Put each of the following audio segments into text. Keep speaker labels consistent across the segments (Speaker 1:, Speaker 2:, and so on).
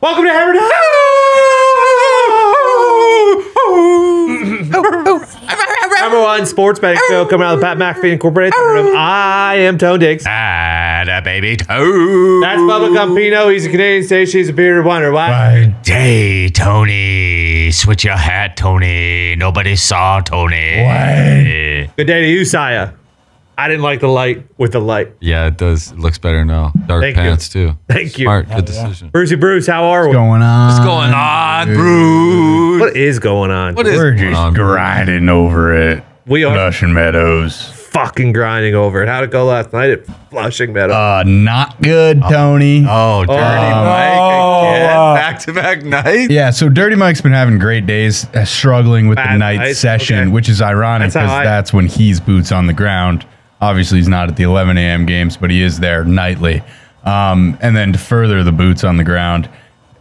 Speaker 1: Welcome to Hammered House! Number one sports betting show coming out of the Pat McAfee Incorporated. Room. I am Tone Diggs.
Speaker 2: And a baby toe.
Speaker 1: That's Bubba Campino. He's a Canadian station. He's a bearded wonder. Why?
Speaker 2: Day, Tony. Switch your hat, Tony. Nobody saw Tony. What?
Speaker 1: Good day to you, Saya. I didn't like the light with the light.
Speaker 3: Yeah, it does. It looks better now. Dark
Speaker 1: Thank you.
Speaker 3: pants too.
Speaker 1: Thank you.
Speaker 3: Smart. Good decision.
Speaker 1: Brucey Bruce, how are we?
Speaker 4: going on?
Speaker 2: What's going on, Bruce?
Speaker 1: What is going on?
Speaker 2: What is
Speaker 4: We're just
Speaker 3: on, bro?
Speaker 4: grinding over it.
Speaker 1: We are-
Speaker 4: Russian Meadows.
Speaker 1: fucking grinding over it? How'd it go last night at Flushing Meadow?
Speaker 4: Uh, not good, Tony.
Speaker 3: Oh, dirty Mike again.
Speaker 5: wow.
Speaker 3: Back to back night.
Speaker 4: Yeah, so Dirty Mike's been having great days, uh, struggling with
Speaker 1: Bad
Speaker 4: the night
Speaker 1: nights,
Speaker 4: session,
Speaker 1: okay.
Speaker 4: which is ironic
Speaker 1: That's how
Speaker 4: because
Speaker 1: I-
Speaker 4: that's when he's boots on the ground. Obviously, he's not at the 11 a.m. games, but he is there nightly. Um, and then to further the boots on the ground,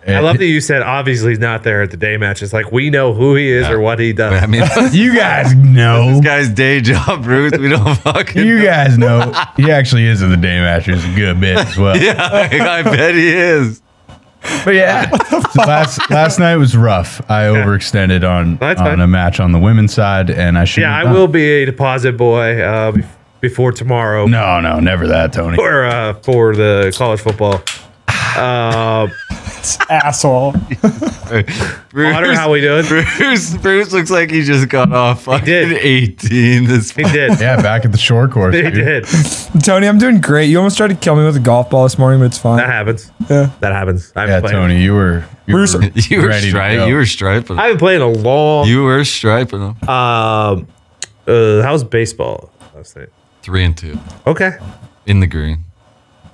Speaker 1: I love that you said obviously he's not there at the day match. It's like we know who he is or what he does.
Speaker 3: I mean, this
Speaker 4: you guys know.
Speaker 3: guy's day job, Bruce. We don't fucking.
Speaker 4: You guys know. He actually is at the day matches a good bit as well.
Speaker 3: yeah, I bet he is.
Speaker 4: But yeah, so last last night was rough. I overextended on
Speaker 1: That's fine.
Speaker 4: on a match on the women's side, and I should.
Speaker 1: yeah, I will be a deposit boy uh, bef- before tomorrow
Speaker 4: No, no, never that, Tony.
Speaker 1: for uh, for the college football.
Speaker 5: asshole.
Speaker 3: Bruce,
Speaker 1: I don't know how we doing.
Speaker 3: Bruce, Bruce looks like he just got off fucking
Speaker 1: did.
Speaker 3: 18 this
Speaker 1: He did.
Speaker 4: Yeah, back at the short course.
Speaker 1: He
Speaker 4: dude.
Speaker 1: did.
Speaker 5: Tony, I'm doing great. You almost tried to kill me with a golf ball this morning, but it's fine.
Speaker 1: That happens.
Speaker 5: Yeah.
Speaker 1: That happens. I've
Speaker 4: Yeah,
Speaker 1: playing.
Speaker 4: Tony, you were you
Speaker 5: Bruce-
Speaker 4: were,
Speaker 3: You were,
Speaker 4: ready to go.
Speaker 3: stri- you were striping him.
Speaker 1: I've been playing a long.
Speaker 3: You were striping him.
Speaker 1: um, uh, how's baseball last night?
Speaker 3: Three and two
Speaker 1: Okay.
Speaker 3: in the green.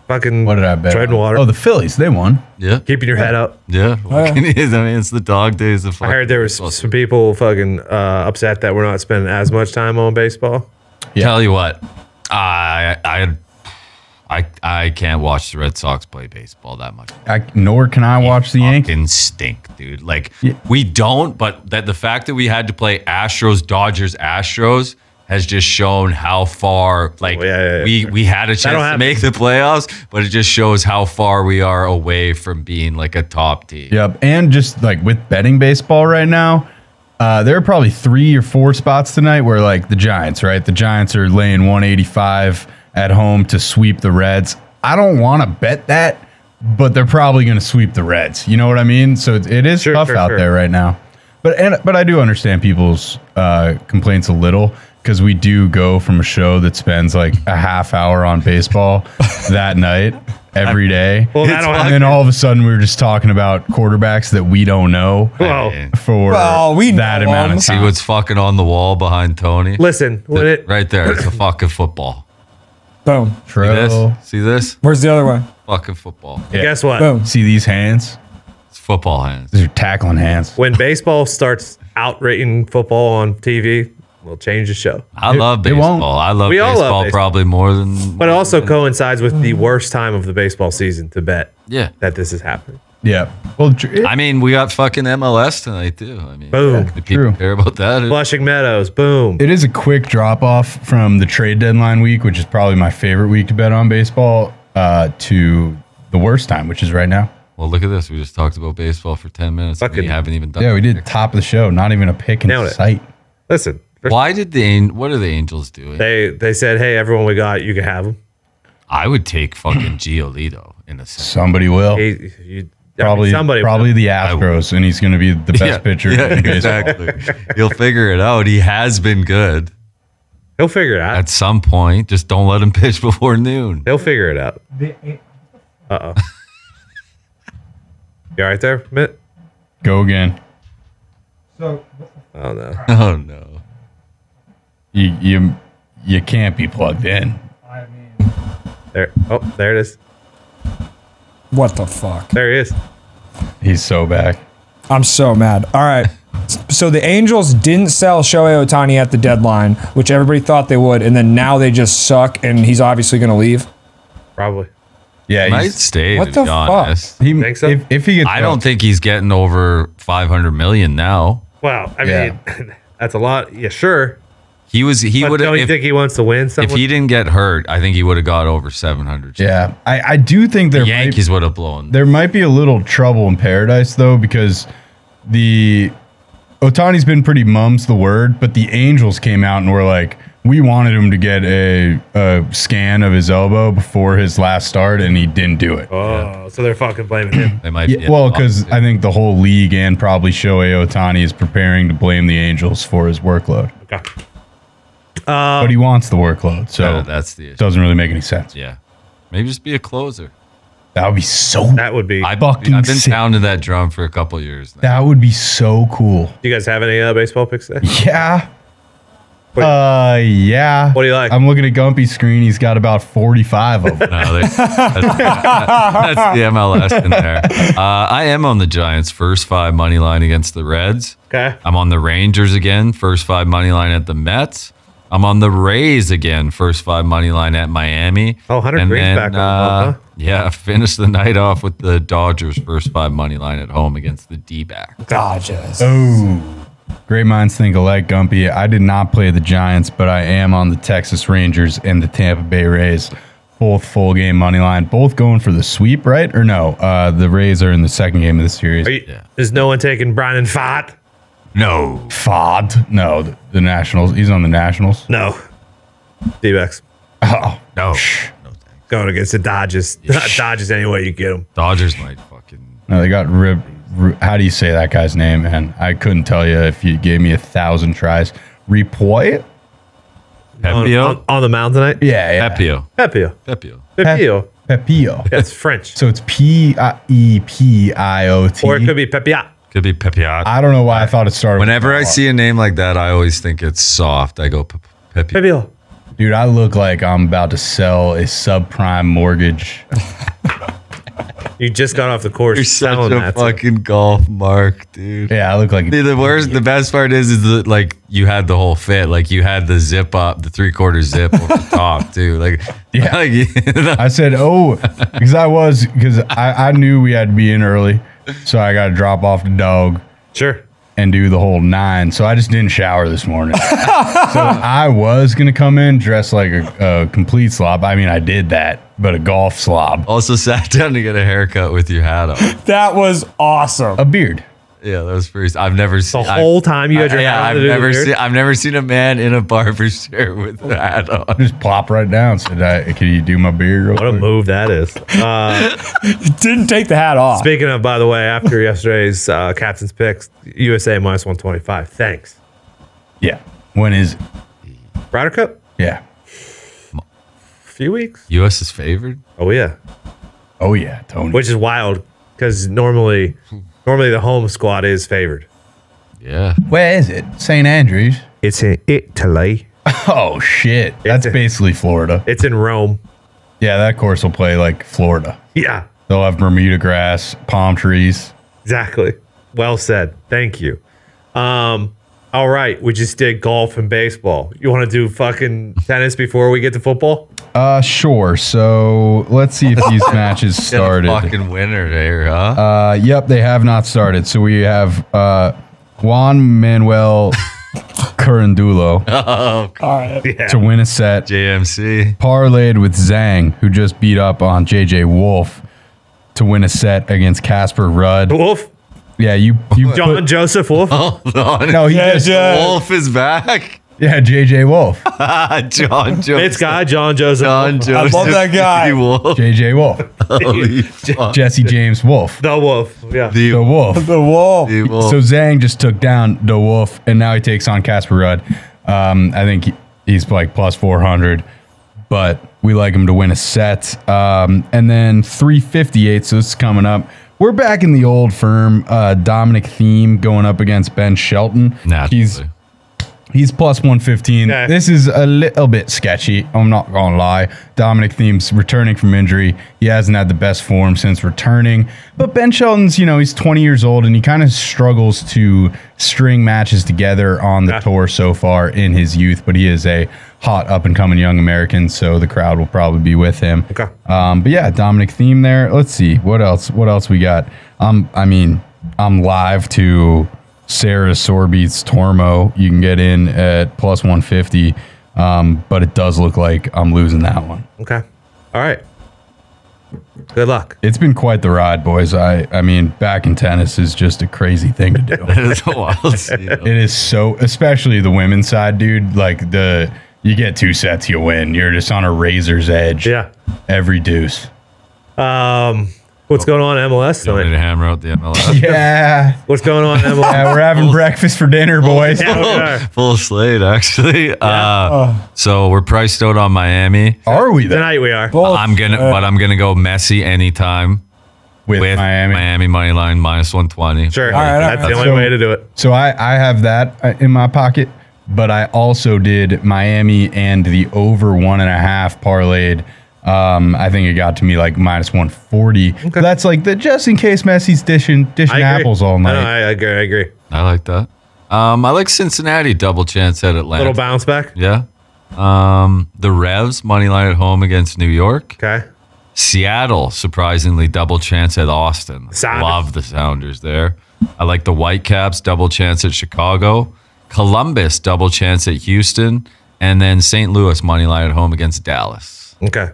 Speaker 1: Fucking.
Speaker 4: what did I bet?
Speaker 1: Treading
Speaker 4: on?
Speaker 1: water.
Speaker 4: Oh, the Phillies, they won.
Speaker 3: Yeah.
Speaker 1: keeping your head up.
Speaker 3: Yeah.
Speaker 5: yeah.
Speaker 3: Fucking is. I mean, it's the dog days of
Speaker 1: I heard there was some people fucking uh, upset that we're not spending as much time on baseball.
Speaker 3: Tell you what, I I I I can't watch the Red Sox play baseball that much.
Speaker 4: I, nor can I watch the
Speaker 1: Eh?
Speaker 4: Yankees.
Speaker 3: Fucking stink, dude. Like we don't, but that the fact that we had to play Astros, Dodgers, Astros has just shown how far like
Speaker 1: Oh, yeah, yeah, yeah.
Speaker 3: we we had a chance to
Speaker 1: happen.
Speaker 3: make the playoffs, but it just shows how far we are away from being like a top team.
Speaker 4: Yep, and just like with betting baseball right now, uh, there are probably three or four spots tonight where like the Giants, right? The Giants are laying 185 at home to sweep the Reds. I don't want to bet that, but they're probably going to sweep the Reds. You know what I mean? So it, it is
Speaker 1: Sure,
Speaker 4: tough
Speaker 1: sure,
Speaker 4: out
Speaker 1: sure.
Speaker 4: there right now. But and but I do understand people's uh, complaints a little because we do go from a show that spends like a half hour on baseball that night every day.
Speaker 1: Well, that don't
Speaker 4: and then all of a sudden we were just talking about quarterbacks that we don't know
Speaker 1: Well,
Speaker 3: Yeah.
Speaker 4: for
Speaker 5: Well, we
Speaker 4: that
Speaker 5: know
Speaker 4: amount
Speaker 5: them.
Speaker 4: of
Speaker 3: See
Speaker 4: time.
Speaker 3: what's fucking on the wall behind Tony?
Speaker 1: listen, when it,
Speaker 3: right there. It's a fucking football.
Speaker 5: Boom.
Speaker 3: See
Speaker 4: True.
Speaker 3: this? See this?
Speaker 5: Where's the other one?
Speaker 3: Fucking football.
Speaker 1: guess what?
Speaker 5: Boom.
Speaker 4: See these hands?
Speaker 3: It's football hands.
Speaker 4: These are tackling hands.
Speaker 1: When baseball starts outrating football on TV, we'll change the show.
Speaker 3: I love
Speaker 4: it won't.
Speaker 3: baseball. I love
Speaker 1: We all love
Speaker 3: baseball,
Speaker 1: baseball.
Speaker 3: probably more than.
Speaker 1: But it also coincides with the worst time of the baseball season to bet
Speaker 3: yeah.
Speaker 1: that this is happening.
Speaker 4: Yeah. Well, tr- it-
Speaker 3: I mean, we got fucking MLS tonight too. I mean,
Speaker 1: Boom.
Speaker 3: do people
Speaker 4: True.
Speaker 3: care about that?
Speaker 1: Flushing Meadows, boom.
Speaker 4: it is a quick drop off from the trade deadline week, which is probably my favorite week to bet on baseball, uh, to the worst time, which is right now.
Speaker 3: Well, look at this. We just talked about baseball for ten minutes. and
Speaker 1: Fucking-
Speaker 3: we haven't even done.
Speaker 4: Yeah, we did top of the show. Not even a pick in
Speaker 1: Nailed it.
Speaker 4: sight.
Speaker 1: Listen,
Speaker 3: Why did the An- what are the Angels doing?
Speaker 1: they they said, hey, everyone we got, you can have him.
Speaker 3: I would take fucking Giolito in a sense.
Speaker 4: Somebody will.
Speaker 1: He, you,
Speaker 4: Probably,
Speaker 1: somebody
Speaker 4: probably the Astros, and he's going to be the best pitcher
Speaker 3: yeah,
Speaker 4: in baseball.
Speaker 3: exactly. He'll figure it out. He has been good
Speaker 1: he'll figure it out.
Speaker 3: at some point. Just don't let him pitch before noon.
Speaker 1: They'll figure it out. Uh oh. you all right there, Mitt?
Speaker 4: Go again.
Speaker 1: Oh no.
Speaker 3: Oh no.
Speaker 4: You you you can't be plugged in.
Speaker 1: There. Oh, there it is.
Speaker 5: What the fuck?
Speaker 1: There he is.
Speaker 4: He's so back.
Speaker 5: I'm so mad. All right. So the Angels didn't sell Shohei Otani at the deadline, which everybody thought they would, and then now they just suck, and he's obviously going to leave.
Speaker 1: Probably.
Speaker 4: Yeah,
Speaker 3: Might
Speaker 4: he's,
Speaker 3: stay.
Speaker 5: What
Speaker 3: to
Speaker 5: the
Speaker 3: be
Speaker 5: fuck?
Speaker 3: honest.
Speaker 4: he
Speaker 1: Think so?
Speaker 4: if, if he gets
Speaker 3: I don't think he's getting over 500 million now.
Speaker 1: Wow. I
Speaker 4: Yeah.
Speaker 1: mean, that's a lot. Yeah, sure.
Speaker 3: He was he
Speaker 1: But
Speaker 3: would have
Speaker 1: don't you
Speaker 3: if,
Speaker 1: think he wants to win
Speaker 3: if
Speaker 1: something?
Speaker 3: he didn't get hurt, I think he would have got over 700.
Speaker 4: Yeah, I, I do think there
Speaker 3: The
Speaker 4: might,
Speaker 3: Yankees would have blown.
Speaker 4: there might be a little trouble in paradise though because the Otani's been pretty mum's the word, but the Angels came out and were like, we wanted him to get a, a scan of his elbow before his last start, and he didn't do it.
Speaker 1: oh, so they're fucking blaming him.
Speaker 3: They might
Speaker 4: Yeah,
Speaker 3: yeah,
Speaker 4: well, because I think the whole league and probably Shohei Otani is preparing to blame the Angels for his workload,
Speaker 1: Okay.
Speaker 4: but he wants the workload, so
Speaker 3: Um, yeah, that's the
Speaker 4: it
Speaker 3: issue.
Speaker 4: doesn't really make any sense.
Speaker 3: Yeah. Maybe just be a closer.
Speaker 4: That would be so.
Speaker 1: That would be.
Speaker 3: I've,
Speaker 4: Fucking
Speaker 3: I've been
Speaker 4: sick.
Speaker 3: pounding that drum for a couple years now.
Speaker 4: That would be so cool.
Speaker 1: Do you guys have any uh, baseball picks there?
Speaker 4: Yeah.
Speaker 1: What-
Speaker 4: uh, yeah.
Speaker 1: What do you like?
Speaker 4: I'm looking at Gumpy's screen. He's got about 45 of them.
Speaker 3: No, there's- that's, that's the MLS in there. Uh, I am on the Giants first five money line against the Reds.
Speaker 1: Okay.
Speaker 3: I'm on the Rangers again, first five money line at the Mets. I'm on the Rays again, first five money line at Miami.
Speaker 1: Oh, Hunter
Speaker 3: And
Speaker 1: Green's
Speaker 3: then, uh,
Speaker 1: back on the bump, huh?
Speaker 3: Yeah, finish the night off with the Dodgers first five money line at home against the D back.
Speaker 5: Dodgers.
Speaker 1: Oh.
Speaker 4: Ooh. Great minds think alike, Gumpy. I did not play the Giants, but I am on the Texas Rangers and the Tampa Bay Rays. Both full game money line, both going for the sweep, right? Or no? Uh, the Rays are in the second game of the series.
Speaker 1: Are you, Is no one taking Brian and Fott?
Speaker 3: No.
Speaker 4: Fod? No, the, the Nationals. He's on the Nationals.
Speaker 1: No. D backs
Speaker 4: Oh,
Speaker 3: No.
Speaker 1: going against the Dodgers. Dodgers any way you get them.
Speaker 3: Dodgers might fucking
Speaker 4: No, they got rib. Ri- How do you say that guy's name, man? I couldn't tell you if you gave me a thousand tries. Repoy?
Speaker 1: On, on,
Speaker 3: Pepio.
Speaker 1: on the mound tonight?
Speaker 4: Yeah, yeah.
Speaker 3: Pepio.
Speaker 1: Pepio.
Speaker 3: Pepio.
Speaker 1: Pepio.
Speaker 4: Pepio.
Speaker 1: That's French.
Speaker 4: So it's P I- E P I O T.
Speaker 1: Or it could be Pepia.
Speaker 3: Could be Pepio.
Speaker 4: I don't know why I thought it started. with
Speaker 3: Whenever I
Speaker 4: Pepio.
Speaker 3: see a name like that, I always think it's soft. I go Pepio.
Speaker 1: Pepio.
Speaker 4: dude, I look like I'm about to sell a subprime mortgage.
Speaker 1: You just got off the course.
Speaker 3: You're such
Speaker 1: selling
Speaker 3: a
Speaker 1: that.
Speaker 3: fucking golf mark, dude.
Speaker 4: Yeah, I look like.
Speaker 3: The, the worst, the best part is, is that like you had the whole fit, like you had the zip up, the three quarter zip over the top too. Like,
Speaker 4: Yeah.
Speaker 3: like,
Speaker 4: I said, oh, because I was because I, I knew we had to be in early, so I got to drop off the dog.
Speaker 1: Sure.
Speaker 4: and do the whole nine. So I just didn't shower this morning. so I was gonna come in dressed like a, a complete slob. I mean, I did that, but a golf slob,
Speaker 3: also sat down to get a haircut with your hat on.
Speaker 5: That was awesome.
Speaker 4: a beard.
Speaker 3: Yeah, that was pretty. I've never
Speaker 1: The
Speaker 3: seen
Speaker 1: whole time you
Speaker 3: I,
Speaker 1: had your
Speaker 3: yeah,
Speaker 1: hand
Speaker 3: I've
Speaker 1: to do the
Speaker 3: never
Speaker 1: beard?
Speaker 3: seen. I've never seen a man in a barber chair with a hat on.
Speaker 4: Just plop right down. Said, I, "Can you do my beard?" Real
Speaker 1: What a
Speaker 3: Mm.
Speaker 4: quick?
Speaker 1: move that is. Uh,
Speaker 5: Didn't take the hat off.
Speaker 1: speaking of, by the way, after yesterday's uh, captain's picks, USA minus 125. Thanks.
Speaker 4: Yeah. When is? It?
Speaker 1: Ryder Cup?
Speaker 4: Yeah.
Speaker 1: A few weeks.
Speaker 3: U.S. is favored.
Speaker 1: Oh, yeah.
Speaker 4: Oh yeah, Tony.
Speaker 1: Which is wild because normally normally the home squad is favored.
Speaker 3: Yeah,
Speaker 4: Where is it? St. Andrews.
Speaker 1: It's in Italy.
Speaker 4: Oh shit, that's
Speaker 1: a-
Speaker 4: basically Florida.
Speaker 1: It's in Rome.
Speaker 4: Yeah, that course will play like Florida.
Speaker 1: Yeah,
Speaker 4: They'll have Bermuda grass, palm trees.
Speaker 1: exactly. Well said. Thank you. Um, all right, we just did golf and baseball. You want to do fucking tennis before we get to football?
Speaker 4: Uh, sure. So let's see if these matches
Speaker 3: Got a
Speaker 4: started.
Speaker 3: fucking winner there, huh?
Speaker 4: Uh, yep, they have not started. So we have uh, Juan Manuel Curandulo
Speaker 5: All right.
Speaker 4: to win a set,
Speaker 3: JMC.
Speaker 4: parlayed with Zhang, who just beat up on JJ Wolf to win a set against Casper Rudd.
Speaker 1: Wolf,
Speaker 4: Yeah, you you
Speaker 1: Oh. John
Speaker 4: put-
Speaker 1: Joseph Wolf.
Speaker 3: Hold on.
Speaker 4: no, he
Speaker 5: Yeah,
Speaker 4: just,
Speaker 1: uh,
Speaker 5: yeah.
Speaker 3: Wolf is back. Ah,
Speaker 4: yeah, JJ Wolf,
Speaker 3: John
Speaker 1: It's
Speaker 3: Joseph.
Speaker 1: guy John Joseph.
Speaker 3: John
Speaker 1: Wolf.
Speaker 3: Joseph.
Speaker 5: love that guy.
Speaker 3: The Wolf.
Speaker 4: JJ Wolf,
Speaker 3: Holy fuck.
Speaker 4: Jesse James Wolf,
Speaker 1: The Wolf. Yeah.
Speaker 4: the
Speaker 3: The
Speaker 4: Wolf.
Speaker 5: The wall.
Speaker 3: Wolf.
Speaker 4: So Zhang just took down the Wolf, and now he takes on Casper Rudd. Um, I think he- he's like plus four hundred, but we like him to win a set. Um, and then three fifty eight. So this is coming up. We're back in the old firm. Uh, Dominic Theme going up against Ben Shelton.
Speaker 3: Naturally.
Speaker 4: he's he's plus one fifteen.
Speaker 1: Okay.
Speaker 4: This is a little bit sketchy. I'm not gonna lie. Dominic Theme's returning from injury. He hasn't had the best form since returning. But Ben Shelton's, you know, he's 20 years old and he kind of struggles to string matches together on the tour so far in his youth. But he is a hot up and coming young American, so the crowd will probably be with him.
Speaker 1: Okay.
Speaker 4: Um, but yeah, Dominic Theme there. Let's see what else. What else we got? Um, I mean, I'm live to Sarah Sorbeats Tormo. You can get in at plus 150, um, but it does look like I'm losing that one.
Speaker 1: Okay. All right. Good luck.
Speaker 4: It's been quite the ride, boys. I, I mean, back in tennis is just a crazy thing to do.
Speaker 3: It's a wild scene.
Speaker 4: It is so, especially the women's side, dude. Like the, you get two sets, you win. You're just on a razor's edge.
Speaker 1: Yeah.
Speaker 4: Every deuce.
Speaker 1: Um, what's going on in MLS
Speaker 3: Don't need
Speaker 1: tonight?
Speaker 3: to hammer out the MLS.
Speaker 4: Yeah.
Speaker 1: What's going on in MLS?
Speaker 4: we're having breakfast for dinner, boys.
Speaker 1: Yeah, Oh. we are.
Speaker 3: Full slate, actually. Uh, so we're priced out on Miami.
Speaker 4: Are we there
Speaker 1: Tonight we are.
Speaker 5: Both,
Speaker 3: I'm gonna,
Speaker 5: uh,
Speaker 3: but I'm gonna go Messi anytime
Speaker 4: with,
Speaker 3: with Miami,
Speaker 4: Miami?
Speaker 3: money line minus 120.
Speaker 1: Sure.
Speaker 5: All right, all
Speaker 1: That's
Speaker 5: right.
Speaker 1: the only
Speaker 4: So-
Speaker 1: way to do it.
Speaker 4: So I, I have that uh, in my pocket, but I also did Miami and the over one and a half parlayed. Um, I think it got to me like minus 140. That's like the just in case Messi's dishing dishing
Speaker 1: I agree.
Speaker 4: apples all
Speaker 1: I, know,
Speaker 4: night.
Speaker 1: I, I agree. I agree.
Speaker 3: I like that. Um, I like Cincinnati double chance at Atlanta.
Speaker 1: Little bounce back.
Speaker 3: Yeah. Um, the Revs money line at home against New York.
Speaker 1: Okay.
Speaker 3: Seattle surprisingly double chance at Austin.
Speaker 1: Sounders.
Speaker 3: Love the Sounders there. I like the Whitecaps double chance at Chicago. Columbus double chance at Houston, and then St. Louis money line at home against Dallas.
Speaker 1: Okay.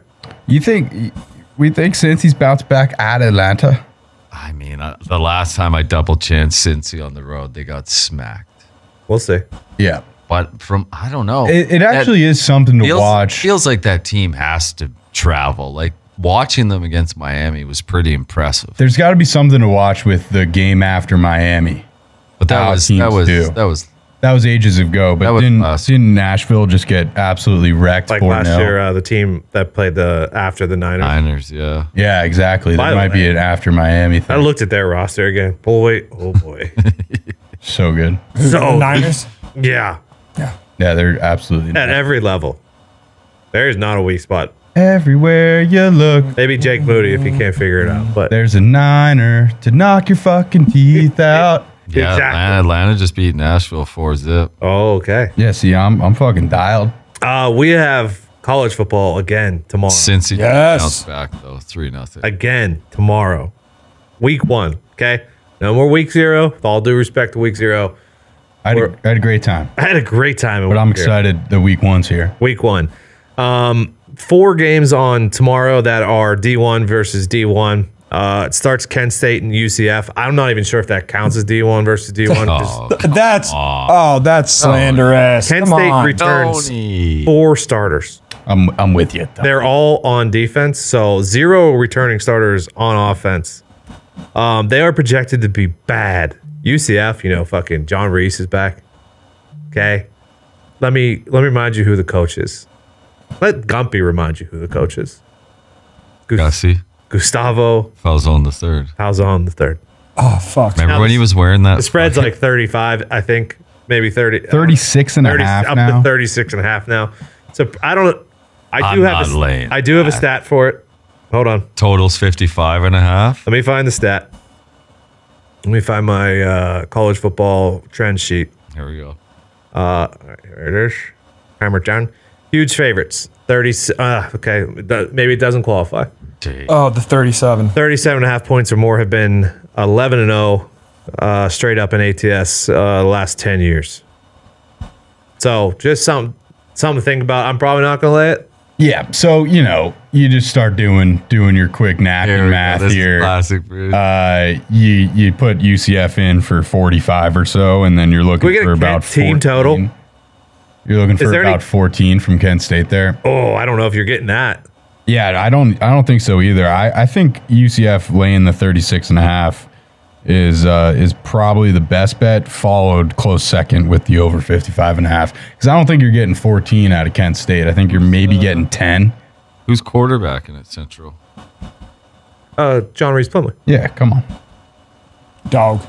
Speaker 4: You think we think since he's bounced back at Atlanta?
Speaker 3: I mean, uh, the last time I double chanced Cincy on the road, they got smacked.
Speaker 1: We'll see.
Speaker 4: Yeah.
Speaker 3: But from I don't know,
Speaker 4: It, it
Speaker 3: That-
Speaker 4: actually is something to
Speaker 3: feels,
Speaker 4: watch.
Speaker 3: Feels like that team has to travel. Like watching them against Miami was pretty impressive.
Speaker 4: There's got to be something to watch with the game after Miami.
Speaker 3: But that
Speaker 4: how
Speaker 3: was
Speaker 4: teams
Speaker 3: that was
Speaker 4: do.
Speaker 3: that was
Speaker 4: That was ages ago, but
Speaker 3: That was
Speaker 4: didn't,
Speaker 3: us.
Speaker 4: didn't Nashville just get absolutely wrecked?
Speaker 1: Like
Speaker 4: 4-0?
Speaker 1: last year, uh, the team that played the after the Niners.
Speaker 3: Niners. Yeah,
Speaker 4: Yeah, exactly.
Speaker 1: By
Speaker 4: That
Speaker 1: the
Speaker 4: might be
Speaker 1: way-
Speaker 4: an after Miami
Speaker 1: I
Speaker 4: thing.
Speaker 1: looked at their roster again. Boy, oh boy.
Speaker 4: so good.
Speaker 5: the
Speaker 1: so
Speaker 5: Niners.
Speaker 1: yeah,
Speaker 4: Yeah, they're absolutely
Speaker 1: at every level, there is not a weak spot.
Speaker 4: everywhere you look.
Speaker 1: Maybe Jake Moody if he can't figure it out. But
Speaker 4: There's a niner to knock your fucking teeth out.
Speaker 3: yeah.
Speaker 1: Exactly.
Speaker 3: Atlanta, Atlanta just beat Nashville four zip.
Speaker 1: oh, okay.
Speaker 4: Yeah, see, I'm I'm fucking dialed.
Speaker 1: Uh, we have college football again tomorrow.
Speaker 3: Cincy
Speaker 5: Yes.
Speaker 3: bounced back though three nothing.
Speaker 1: again tomorrow. Week one. Okay. No more week zero. With all due respect to week zero.
Speaker 4: I had,
Speaker 1: We're-
Speaker 4: a, I had a great time,
Speaker 1: I had a great time. in
Speaker 4: but I'm
Speaker 1: week zero.
Speaker 4: excited the week one's here.
Speaker 1: Week one. Um, four games on tomorrow that are D1 versus D1. Uh, it starts Kent State and UCF. I'm not even sure if that counts as D1 versus D1.
Speaker 3: Oh,
Speaker 1: Just-
Speaker 5: That's oh, that's slanderous.
Speaker 1: Kent
Speaker 5: Come
Speaker 1: State
Speaker 5: on.
Speaker 1: returns
Speaker 3: Tony.
Speaker 1: four starters.
Speaker 4: I'm I'm with you. though.
Speaker 1: They're all on defense, so zero returning starters on offense. Um, they are projected to be bad. UCF, you know, fucking John Reese is back. Okay, let me let me remind you who the coach is. Let Gumpy remind you who the coach is. Gus-
Speaker 3: Gussie
Speaker 1: Gustavo
Speaker 3: Falzone the third.
Speaker 1: Palzon the third.
Speaker 5: oh fuck.
Speaker 3: Remember
Speaker 1: Now
Speaker 3: when
Speaker 1: the-
Speaker 3: he was wearing that?
Speaker 1: The spread's like 35, I think, maybe 30.
Speaker 4: 36 and a
Speaker 1: 30
Speaker 4: half
Speaker 1: up
Speaker 4: now.
Speaker 1: to 36 and a half now. So I don't. I do
Speaker 3: I'm
Speaker 1: have.
Speaker 3: not
Speaker 1: a,
Speaker 3: laying
Speaker 1: s- I do have a stat for it. Hold on.
Speaker 3: Totals 55 and a half.
Speaker 1: Let me find the stat. Let me find my uh, college football trend sheet.
Speaker 3: Here we go.
Speaker 1: All right, here it is. Hammer down. Huge favorites. 30. Uh, okay. it do- Maybe it doesn't qualify.
Speaker 5: Oh, the 37.
Speaker 1: 37 and a half points or more have been 11 and 0 uh, straight up in ATS uh, the last 10 years. So just some something to think about. I'm probably not going to lay it.
Speaker 4: Yeah, so you know, you just start doing doing your quick napping
Speaker 3: Here we go.
Speaker 4: math
Speaker 3: This is
Speaker 4: here.
Speaker 3: Classic. Bruce.
Speaker 4: Uh, you you put UCF in for 45 or so, and then you're looking
Speaker 1: we get a
Speaker 4: for
Speaker 1: Kent
Speaker 4: about
Speaker 1: team total?
Speaker 4: You're looking for
Speaker 1: there any-
Speaker 4: about 14 from Kent State there.
Speaker 1: Oh, I don't know if you're getting that.
Speaker 4: Yeah, I don't I don't think so either. I, I think UCF laying the 36 and a half is uh, is probably the best bet, followed close second with the over 55 and a half. Because I don't think you're getting 14 out of Kent State. I think you're maybe
Speaker 1: Uh-huh.
Speaker 4: getting 10.
Speaker 3: Who's quarterbacking at Central?
Speaker 1: Uh, John Reese Plumley.
Speaker 4: Yeah, come on.
Speaker 5: Dog.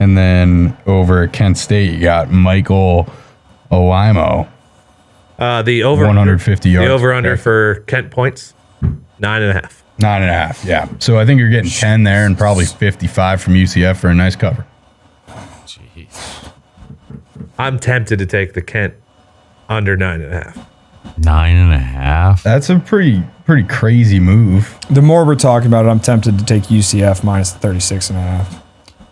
Speaker 4: And then over at Kent State, you got Michael Olimo.
Speaker 1: Uh, the over
Speaker 4: 150
Speaker 1: the
Speaker 4: yards.
Speaker 1: over under
Speaker 4: Okay.
Speaker 1: for Kent points nine and a half.
Speaker 4: Nine and a half, yeah. So I think you're getting 10 there and probably 55 from UCF for a nice cover.
Speaker 3: Jeez.
Speaker 1: I'm tempted to take the Kent under nine and a half.
Speaker 3: Nine and a half.
Speaker 4: That's a pretty pretty crazy move.
Speaker 5: The more we're talking about it, I'm tempted to take UCF minus the 36 and a half.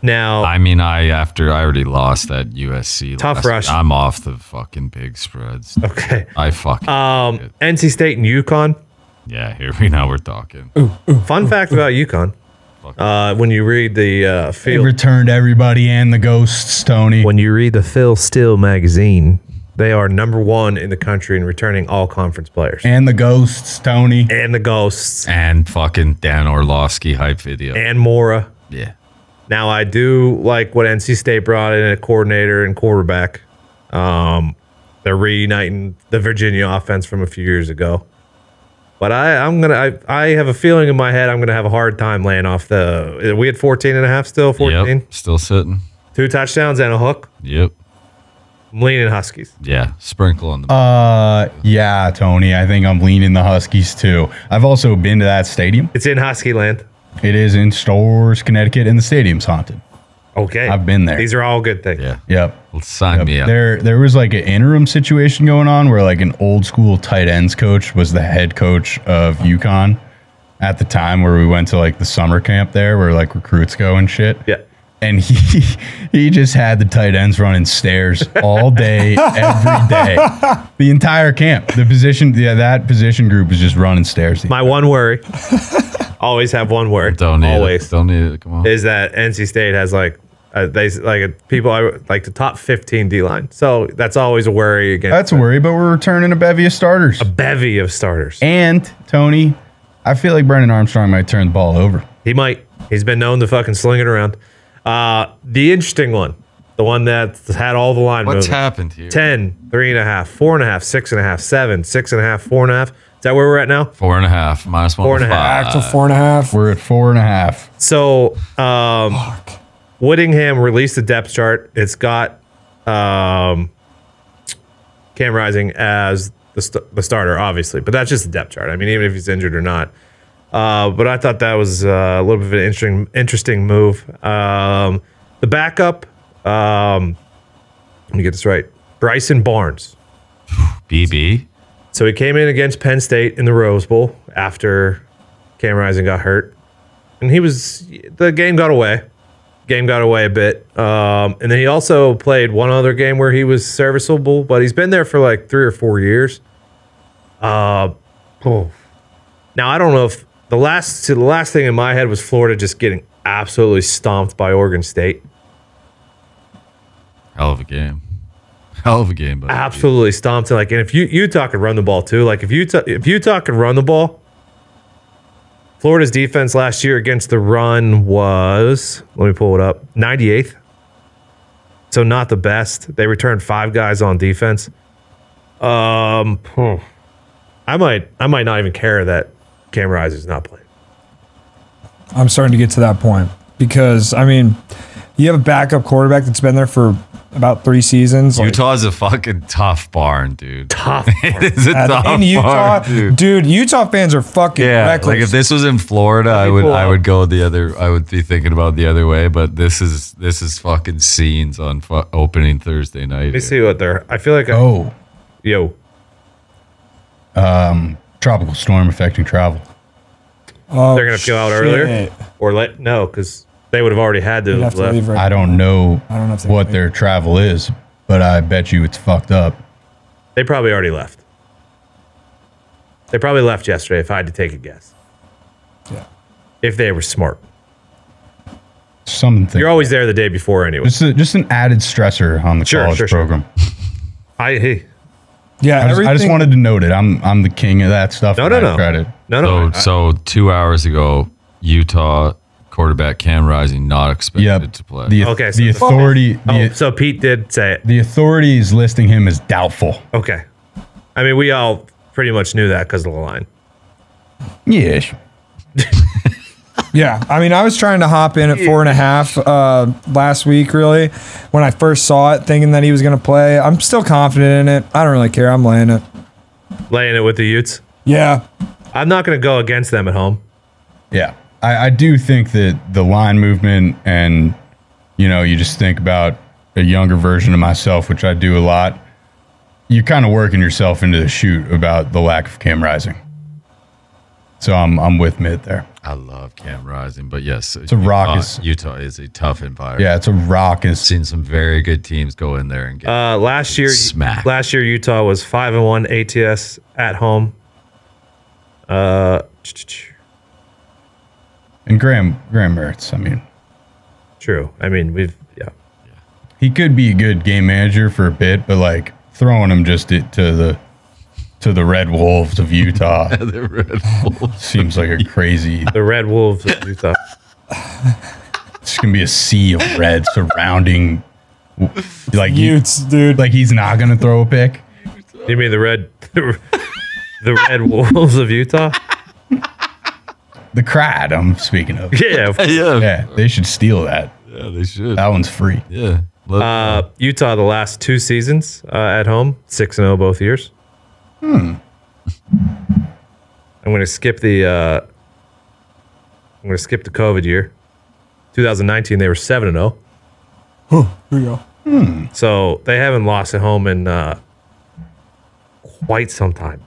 Speaker 1: Now,
Speaker 3: I mean, I after I already lost that USC.
Speaker 1: Tough
Speaker 3: last week.
Speaker 1: rush.
Speaker 3: I'm off the fucking big spreads.
Speaker 1: okay.
Speaker 3: I fucking
Speaker 1: Um, NC State and UConn.
Speaker 3: yeah. Here we now we're talking.
Speaker 1: Fun fact about UConn. Uh, when you read the uh,
Speaker 4: They
Speaker 1: field,
Speaker 4: returned everybody and the ghosts, Tony.
Speaker 1: when you read the Phil Steele magazine, they are number one in the country in returning all conference players
Speaker 4: And the ghosts, Tony.
Speaker 1: and the Ghosts
Speaker 3: And fucking Dan Orlovsky hype video.
Speaker 1: and Mora.
Speaker 3: yeah.
Speaker 1: Now I do like what NC State brought in a coordinator and quarterback. Um, they're reuniting the Virginia offense from a few years ago. But I, I'm gonna I, I have a feeling in my head I'm gonna have a hard time laying off the we had 14 and a half still, 14.
Speaker 3: Yep. Still sitting.
Speaker 1: Two touchdowns and a hook.
Speaker 3: Yep.
Speaker 1: I'm leaning Huskies.
Speaker 3: Yeah. Sprinkle on the.
Speaker 4: Uh, yeah, Tony. I think I'm leaning the Huskies too. I've also been to that stadium.
Speaker 1: It's in Husky land.
Speaker 4: It is in Stores, Connecticut, and the stadium's haunted.
Speaker 1: Okay.
Speaker 4: I've been there.
Speaker 1: These are all good things.
Speaker 3: yeah.
Speaker 4: Yep.
Speaker 3: Well, sign me up.
Speaker 4: There, there was like an interim situation going on where like an old school tight ends coach was the head coach of UConn at the time where we went to like the summer camp there where like recruits go and shit.
Speaker 1: Yeah.
Speaker 4: And he he just had the tight ends running stairs all day, every day, the entire camp. The position, yeah, that position group was just running stairs.
Speaker 1: My one worry. always have one worry.
Speaker 3: Don't need it.
Speaker 1: always.
Speaker 3: Don't need it. Come on.
Speaker 1: is that NC State has like uh, they like uh, people are like the top 15 D line. So that's always a worry against
Speaker 4: That's a worry, but we're returning a bevy of starters.
Speaker 1: bevy of starters.
Speaker 4: And Tony, I feel like Brendan Armstrong might turn the ball over.
Speaker 1: He might. He's been known to fucking sling it around. Uh, the interesting one, the one that's had all the line
Speaker 3: What's
Speaker 1: movement.
Speaker 3: happened here?
Speaker 1: 10, three and a half, four and a half, six and a half, seven, six and a half, four and a half. Is that where we're at now?
Speaker 3: Four and a half minus one.
Speaker 1: Four and a half.
Speaker 3: five.
Speaker 5: Back to four and a half.
Speaker 4: We're at four and a half.
Speaker 1: So um, Woodingham released the depth chart. It's got um, Cam Rising as the, st- the starter, obviously, but that's just the depth chart. I mean, even if he's injured or not. Uh, but I thought that was uh, a little bit of an interesting, interesting move. Um, the backup, um, let me get this right Bryson Barnes.
Speaker 3: BB.
Speaker 1: So he came in against Penn State in the Rose Bowl after Cam Rising got hurt, and he was the game got away. Game got away a bit, um, and then he also played one other game where he was serviceable. But he's been there for like three or four years. Uh, oh. Now I don't know if the last see, the last thing in my head was Florida just getting absolutely stomped by Oregon State,
Speaker 3: Hell of a game. Hell of a game, buddy.
Speaker 1: absolutely stomped. Like, and if you Utah could run the ball too, like if Utah if Utah could run the ball, Florida's defense last year against the run was, let me pull it up, 98th. So not the best. They returned five guys on defense. Um, hmm. I might, I might not even care that Cam Rising's not playing.
Speaker 5: I'm starting to get to that point because I mean, you have a backup quarterback that's been there for about three seasons. like-
Speaker 3: Utah's a fucking tough barn, dude.
Speaker 1: Tough.
Speaker 3: it is a
Speaker 5: at-
Speaker 3: tough
Speaker 5: in Utah,
Speaker 3: barn, dude.
Speaker 5: dude. Utah fans are fucking
Speaker 3: Yeah,
Speaker 5: reckless.
Speaker 3: like if this was in Florida, I would
Speaker 1: pull
Speaker 3: I
Speaker 1: up.
Speaker 3: would go the other. I would be thinking about the other way, but this is this is fucking scenes on fu- opening Thursday night.
Speaker 1: Let me
Speaker 3: here.
Speaker 1: see what they're. I feel like. I,
Speaker 4: Oh,
Speaker 1: Yo,
Speaker 4: tropical storm affecting travel.
Speaker 5: oh,
Speaker 1: they're gonna feel out
Speaker 5: shit.
Speaker 1: earlier, or let no, because they would have already had to
Speaker 5: You'd have
Speaker 1: have
Speaker 5: to
Speaker 1: left.
Speaker 5: leave right
Speaker 4: I don't know
Speaker 5: I don't know if they-
Speaker 4: what their travel is, but I bet you it's fucked up.
Speaker 1: They probably already left. They probably left yesterday. If I had to take a guess,
Speaker 5: Yeah.
Speaker 1: if they were smart.
Speaker 4: Something.
Speaker 1: You're always there the day before, anyway.
Speaker 4: just, a- just an added stressor on the
Speaker 1: Sure,
Speaker 4: college
Speaker 1: sure, sure.
Speaker 4: program.
Speaker 1: I hey,
Speaker 5: Yeah,
Speaker 4: I, just, I just
Speaker 5: everything-
Speaker 4: wanted to note it. I'm I'm the king of that stuff.
Speaker 1: No,
Speaker 4: and
Speaker 1: no,
Speaker 4: I
Speaker 1: no.
Speaker 4: Credit.
Speaker 1: no,
Speaker 3: Oh, So
Speaker 1: no. I-
Speaker 3: so two hours ago, Utah quarterback Cam Rising not expected
Speaker 4: Yep.
Speaker 3: to play.
Speaker 4: The,
Speaker 1: Okay,
Speaker 4: okay,
Speaker 1: so-
Speaker 4: the authority.
Speaker 1: oh,
Speaker 4: The,
Speaker 1: so Pete did say it.
Speaker 4: the authority is listing him as doubtful.
Speaker 1: Okay. I mean, we all pretty much knew that because of the line.
Speaker 4: Yeah.
Speaker 5: Yeah, I mean, I was trying to hop in at four and a half uh, last week, really, when I first saw it, thinking that he was going to play. I'm still confident in it. I don't really care. I'm laying it.
Speaker 1: Laying it with the Utes.
Speaker 5: Yeah,
Speaker 1: I'm not going to go against them at home.
Speaker 4: Yeah. I, I do think that the line movement and, you know, you just think about a younger version of myself, which I do a lot. You're kind of working yourself into the shoot about the lack of Cam Rising. So I'm I'm with Mitt there.
Speaker 3: I love Cam Rising, but yes, it's
Speaker 4: a raucous-
Speaker 3: Utah is a tough environment.
Speaker 4: Yeah, it's a rock and
Speaker 3: seen some very good teams go in there and get.
Speaker 1: Uh, last year,
Speaker 3: Smack.
Speaker 1: last year Utah was five and one ATS at home. Uh, ch- ch- ch-
Speaker 4: and Graham Graham Mertz. I mean,
Speaker 1: true. I mean, we've yeah.
Speaker 4: he could be a good game manager for a bit, but like throwing him just to, to the to the Red Wolves of Utah
Speaker 3: the Red Bulls.
Speaker 4: seems like a crazy.
Speaker 1: The Red Wolves of Utah.
Speaker 4: It's gonna be a sea of red surrounding, like you,
Speaker 5: Utes, dude.
Speaker 4: like he's not gonna throw a pick.
Speaker 1: You mean the red, the, Red Wolves of Utah?
Speaker 4: The crowd I'm speaking of.
Speaker 1: Yeah. of-
Speaker 3: yeah,
Speaker 4: Yeah, they should steal that.
Speaker 3: yeah, they should.
Speaker 4: That one's free.
Speaker 3: Yeah, Let-
Speaker 1: Uh, Utah the last two seasons uh, at home six and zero both years. Hmm. I'm going to skip the. Uh, I'm going to skip the COVID year. 2019 they were seven and zero.
Speaker 5: Here we go.
Speaker 1: So they haven't lost at home in uh, quite some time.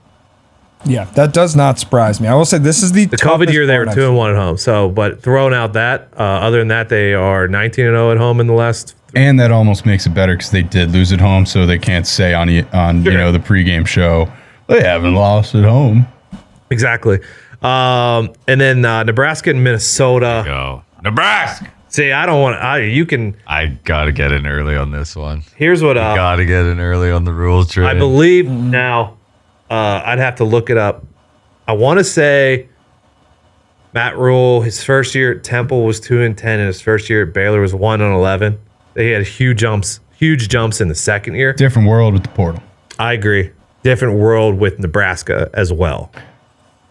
Speaker 5: Yeah, that does not surprise me. I will say this is the,
Speaker 1: The COVID year they were two and one at home. So, but throwing out that, uh, other than that, they are 19 and 0 at home in the last.
Speaker 4: And that almost makes it better because they did lose at home, so they can't say on y- on you know the pregame show they haven't lost at home.
Speaker 1: Exactly. Um, and then uh, Nebraska and Minnesota.
Speaker 3: go Nebraska.
Speaker 1: See, I don't want. I you can.
Speaker 3: I gotta get in early on this one.
Speaker 1: Here's what uh,
Speaker 3: gotta get in early on the rule trade.
Speaker 1: I believe now. Uh, I'd have to look it up. I want to say Matt Rule. His first year at Temple was two and ten, and his first year at Baylor was one and eleven. They had huge jumps, huge jumps in the second year.
Speaker 4: Different world with the portal.
Speaker 1: I agree. Different world with Nebraska as well.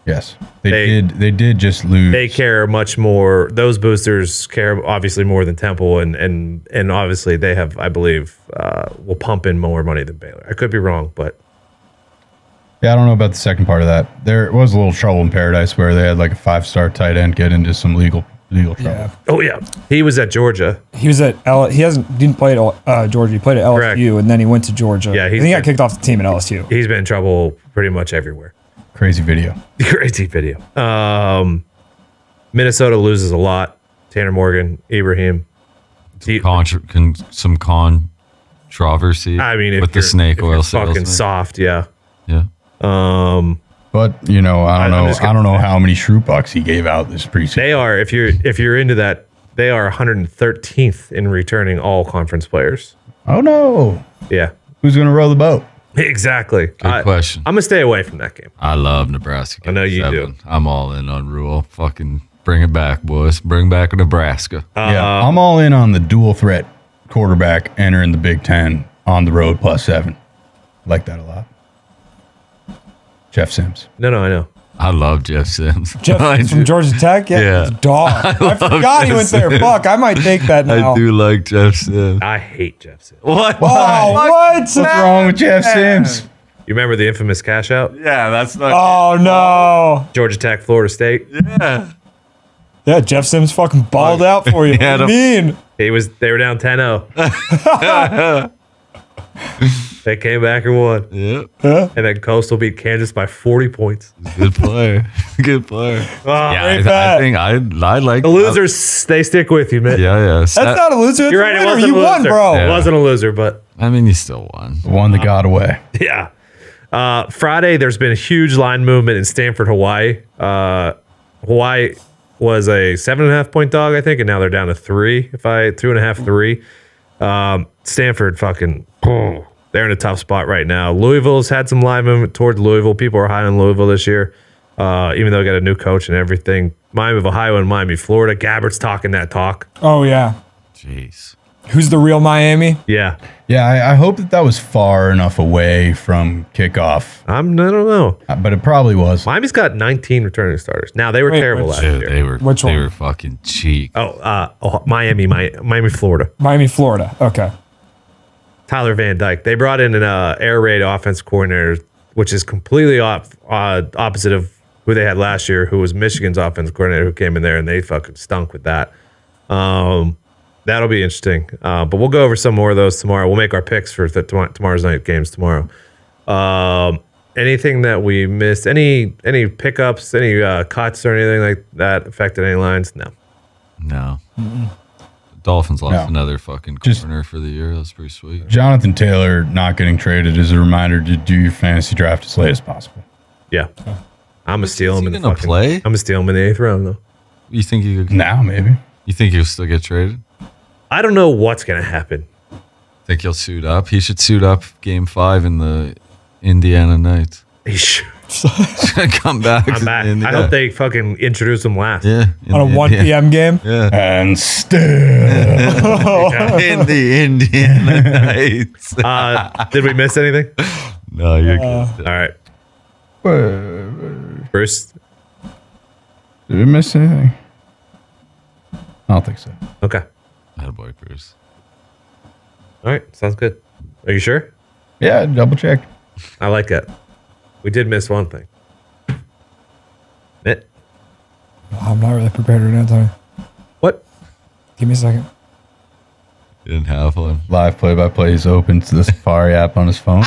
Speaker 4: Yes, they,
Speaker 1: They-
Speaker 4: did. They did just lose.
Speaker 1: They care much more. Those boosters care obviously more than Temple, and and and obviously they have, I believe, uh, will pump in more money than Baylor. I could be wrong, but
Speaker 4: yeah, I don't know about the second part of that. There was a little trouble in paradise where they had like a five star tight end get into some legal legal trouble.
Speaker 5: Yeah.
Speaker 1: oh yeah, he was at Georgia.
Speaker 5: He was at L. He hasn't didn't play at L- uh, Georgia. He played at LSU
Speaker 1: Correct.
Speaker 5: and then he went to Georgia.
Speaker 1: Yeah, he's
Speaker 5: and he got
Speaker 1: been-
Speaker 5: kicked off the team at LSU.
Speaker 1: He's been in trouble pretty much everywhere.
Speaker 4: Crazy video.
Speaker 1: Crazy video. Um, Minnesota loses a lot. Tanner Morgan, Ibrahim. He-
Speaker 3: Contra- con- some controversy.
Speaker 1: I mean, if
Speaker 3: with the
Speaker 1: you're-
Speaker 3: snake
Speaker 1: if
Speaker 3: oil
Speaker 1: you're fucking
Speaker 3: salesman.
Speaker 1: soft, yeah.
Speaker 3: yeah.
Speaker 4: But you know, I don't
Speaker 1: I- I'm
Speaker 4: know.
Speaker 1: just
Speaker 4: I don't know how many shrew bucks he gave out this preseason.
Speaker 1: They are if you're if you're into that, they are 113th in returning all conference players.
Speaker 4: oh no,
Speaker 1: Yeah,
Speaker 4: who's gonna row the boat?
Speaker 1: exactly. Good
Speaker 3: question.
Speaker 1: I'm gonna stay away from that game.
Speaker 3: I love Nebraska.
Speaker 1: I know you do.
Speaker 3: I'm all in on Rule. Fucking bring it back, boys. Bring back Nebraska.
Speaker 4: yeah, I'm all in on the dual threat quarterback entering the Big Ten on the road plus seven. Like that a lot. Jeff Sims.
Speaker 1: No, no, I know.
Speaker 3: I love Jeff Sims.
Speaker 5: Jeff
Speaker 3: I
Speaker 5: is from
Speaker 3: do-
Speaker 5: Georgia Tech. Yeah,
Speaker 3: Yeah.
Speaker 5: he's a dog. I, forgot he
Speaker 3: Jeff
Speaker 5: went there.
Speaker 3: Sims.
Speaker 5: Fuck, I might take that now.
Speaker 3: I do like Jeff Sims.
Speaker 1: I hate Jeff Sims.
Speaker 3: What?
Speaker 5: Oh, what?
Speaker 4: What's wrong with Jeff Sims?
Speaker 1: You remember the infamous cash out?
Speaker 3: Yeah, that's not.
Speaker 5: Oh no!
Speaker 1: Georgia Tech, Florida State.
Speaker 5: Yeah, Jeff Sims fucking balled out for you.
Speaker 3: Yeah,
Speaker 5: What do you mean?
Speaker 1: He was they were down oh. 10-0. they came back and won.
Speaker 3: Yep.
Speaker 1: and then Coastal beat Kansas by 40 points.
Speaker 3: Good player. Good player.
Speaker 1: Ah,
Speaker 3: yeah, I- I,
Speaker 5: back.
Speaker 3: think I I like
Speaker 1: The losers, they stick with you, man.
Speaker 3: yeah, yeah. Stat-
Speaker 5: That's not a loser. That's
Speaker 1: You're
Speaker 5: a
Speaker 1: right. It
Speaker 5: winner.
Speaker 1: wasn't
Speaker 5: You
Speaker 1: a loser.
Speaker 5: won, bro.
Speaker 1: It wasn't a loser, but
Speaker 3: I mean, you still won.
Speaker 4: The one that got away.
Speaker 1: yeah. Uh, Friday, there's been a huge line movement in Stanford, Hawaii. Uh, Hawaii was a seven and a half point dog, I think, and now they're down to three. If I two and a half, three. Um, Stanford, fucking, they're in a tough spot right now. Louisville's had some line movement towards Louisville. People are high on Louisville this year, uh, even though they got a new coach and everything. Miami of Ohio and Miami, Florida. Gabbert's talking that talk.
Speaker 5: Oh yeah.
Speaker 3: Jeez.
Speaker 5: Who's the real Miami?
Speaker 1: Yeah,
Speaker 4: Yeah, I, I hope that that was far enough away from kickoff,
Speaker 1: I'm. I don't know.
Speaker 4: uh, but it probably was.
Speaker 1: Miami's got 19 returning starters. Now they were
Speaker 5: Wait,
Speaker 1: terrible
Speaker 5: which-
Speaker 1: last
Speaker 3: Dude,
Speaker 1: year.
Speaker 3: they were
Speaker 5: Which
Speaker 3: they
Speaker 5: one?
Speaker 3: were fucking cheek.
Speaker 1: Oh, uh, oh, Miami, Mi- Miami, Florida.
Speaker 5: Miami, Florida. Okay.
Speaker 1: Tyler Van Dyke. They brought in an uh, air raid offense coordinator, which is completely off, uh, opposite of who they had last year, who was Michigan's offense coordinator, who came in there and they fucking stunk with that. Um, that'll be interesting. Uh, but we'll go over some more of those tomorrow. We'll make our picks for th- tomo- tomorrow's night games tomorrow. Um, anything that we missed? Any any pickups, any uh, cuts, or anything like that affected any lines? No.
Speaker 3: No. Dolphins lost
Speaker 4: No.
Speaker 3: another fucking
Speaker 4: Just-
Speaker 3: corner for the year. That's pretty sweet.
Speaker 4: Jonathan Taylor not getting traded is a reminder to do your fantasy draft as late as possible.
Speaker 1: Yeah. I'm gonna steal him
Speaker 3: he
Speaker 1: in the
Speaker 3: gonna
Speaker 1: fucking,
Speaker 3: play?
Speaker 1: I'm gonna steal him in the eighth round though.
Speaker 3: You think you could,
Speaker 4: Now maybe.
Speaker 3: you think you'll still get traded?
Speaker 1: I don't know what's gonna happen.
Speaker 3: Think he'll suit up? He should suit up game five in the Indiana Knights.
Speaker 1: Eesh.
Speaker 3: Come back.
Speaker 1: I'm back.
Speaker 3: in the-
Speaker 1: I hope they fucking introduce him last.
Speaker 3: yeah, in
Speaker 5: on
Speaker 3: the
Speaker 5: a 1
Speaker 3: Indiana-
Speaker 5: p.m. game.
Speaker 4: And still
Speaker 3: in the Indiana Knights.
Speaker 1: Uh, did we miss anything?
Speaker 3: no,
Speaker 5: uh,
Speaker 3: you're good.
Speaker 1: All right, Bruce.
Speaker 4: Did we miss anything? I don't think so.
Speaker 1: Okay.
Speaker 3: Attaboy, Bruce.
Speaker 1: All right. Sounds good. Are you sure?
Speaker 4: Yeah, double check.
Speaker 1: I like it. We did miss one thing. It.
Speaker 5: I'm not really prepared right now, Tony.
Speaker 1: What?
Speaker 5: Give me a second.
Speaker 3: You didn't have one.
Speaker 4: Live play by play is open to the Safari app on his phone.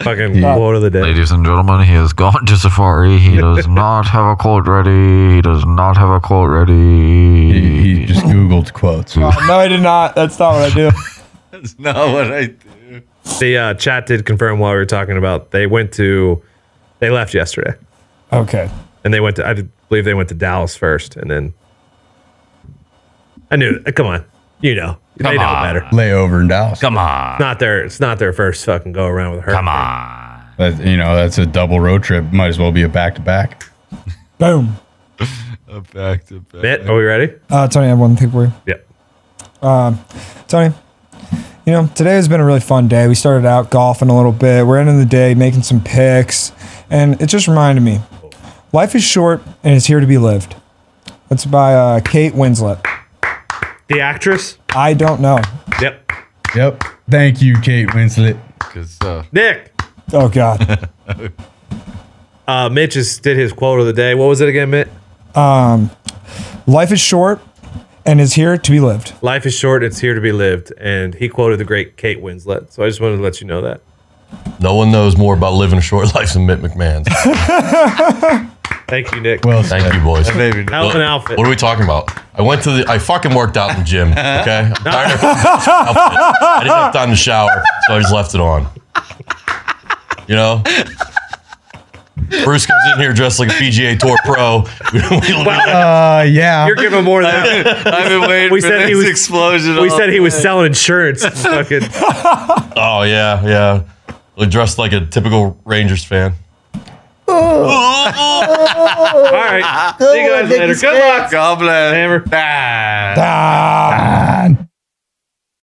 Speaker 1: Fucking quote of the day.
Speaker 2: Ladies and gentlemen, he has gone to Safari. He does not have a quote ready. He does not have a quote ready.
Speaker 4: He, he just Googled quotes.
Speaker 2: Mm.
Speaker 5: no, I did not. That's not what I do.
Speaker 3: That's not what I do.
Speaker 1: The uh, chat did confirm while we were talking about they went to, they left yesterday,
Speaker 5: Okay.
Speaker 1: and they went to I believe they went to Dallas first, and then. I knew. uh, Come on, you know they know
Speaker 2: on.
Speaker 1: better.
Speaker 4: Layover in Dallas.
Speaker 2: Come on.
Speaker 1: Not their. It's not their first fucking go around with her.
Speaker 2: Come on.
Speaker 4: That, you know, that's a double road trip. Might as well be a back to back.
Speaker 5: Boom.
Speaker 3: A back to back.
Speaker 1: Mitt, are we ready?
Speaker 5: Uh, Tony, I have one thing for you.
Speaker 1: Yep.
Speaker 5: Tony, you know, today has been a really fun day. We started out golfing a little bit. We're ending the day making some picks. And it just reminded me life is short and it's here to be lived. That's by uh, Kate Winslet.
Speaker 1: The actress.
Speaker 5: I don't know.
Speaker 1: Yep.
Speaker 4: Yep. Thank you, Kate Winslet.
Speaker 3: Good stuff.
Speaker 1: Nick.
Speaker 5: Oh, God.
Speaker 1: Uh, Mitch just did his quote of the day. What was it again, Mitt?
Speaker 5: life is short and is here to be lived.
Speaker 1: Life is short, it's here to be lived. And he quoted the great Kate Winslet. So I just wanted to let you know that.
Speaker 6: No one knows more about living a short life than Mitt McMahon.
Speaker 1: Thank you, Nick.
Speaker 4: Well,
Speaker 6: Thank you, boys.
Speaker 1: Out an outfit.
Speaker 6: What are we talking about? I went to the. I fucking worked out in the gym. Okay, I'm tired of I didn't have time to shower, so I just left it on. You know. Bruce comes in here dressed like a PGA Tour pro. We don't- we don't-
Speaker 4: uh, yeah.
Speaker 1: You're giving more than that.
Speaker 3: I've been waiting
Speaker 1: We
Speaker 3: for
Speaker 1: said
Speaker 3: this
Speaker 1: he was-
Speaker 3: explosion.
Speaker 1: We
Speaker 3: all
Speaker 1: said he was selling insurance. Fucking
Speaker 6: oh yeah, yeah. Like, Dressed like a typical Rangers fan.
Speaker 1: all right. See you guys later. Good luck.
Speaker 3: Goblin.
Speaker 1: Hammer.
Speaker 5: Ah,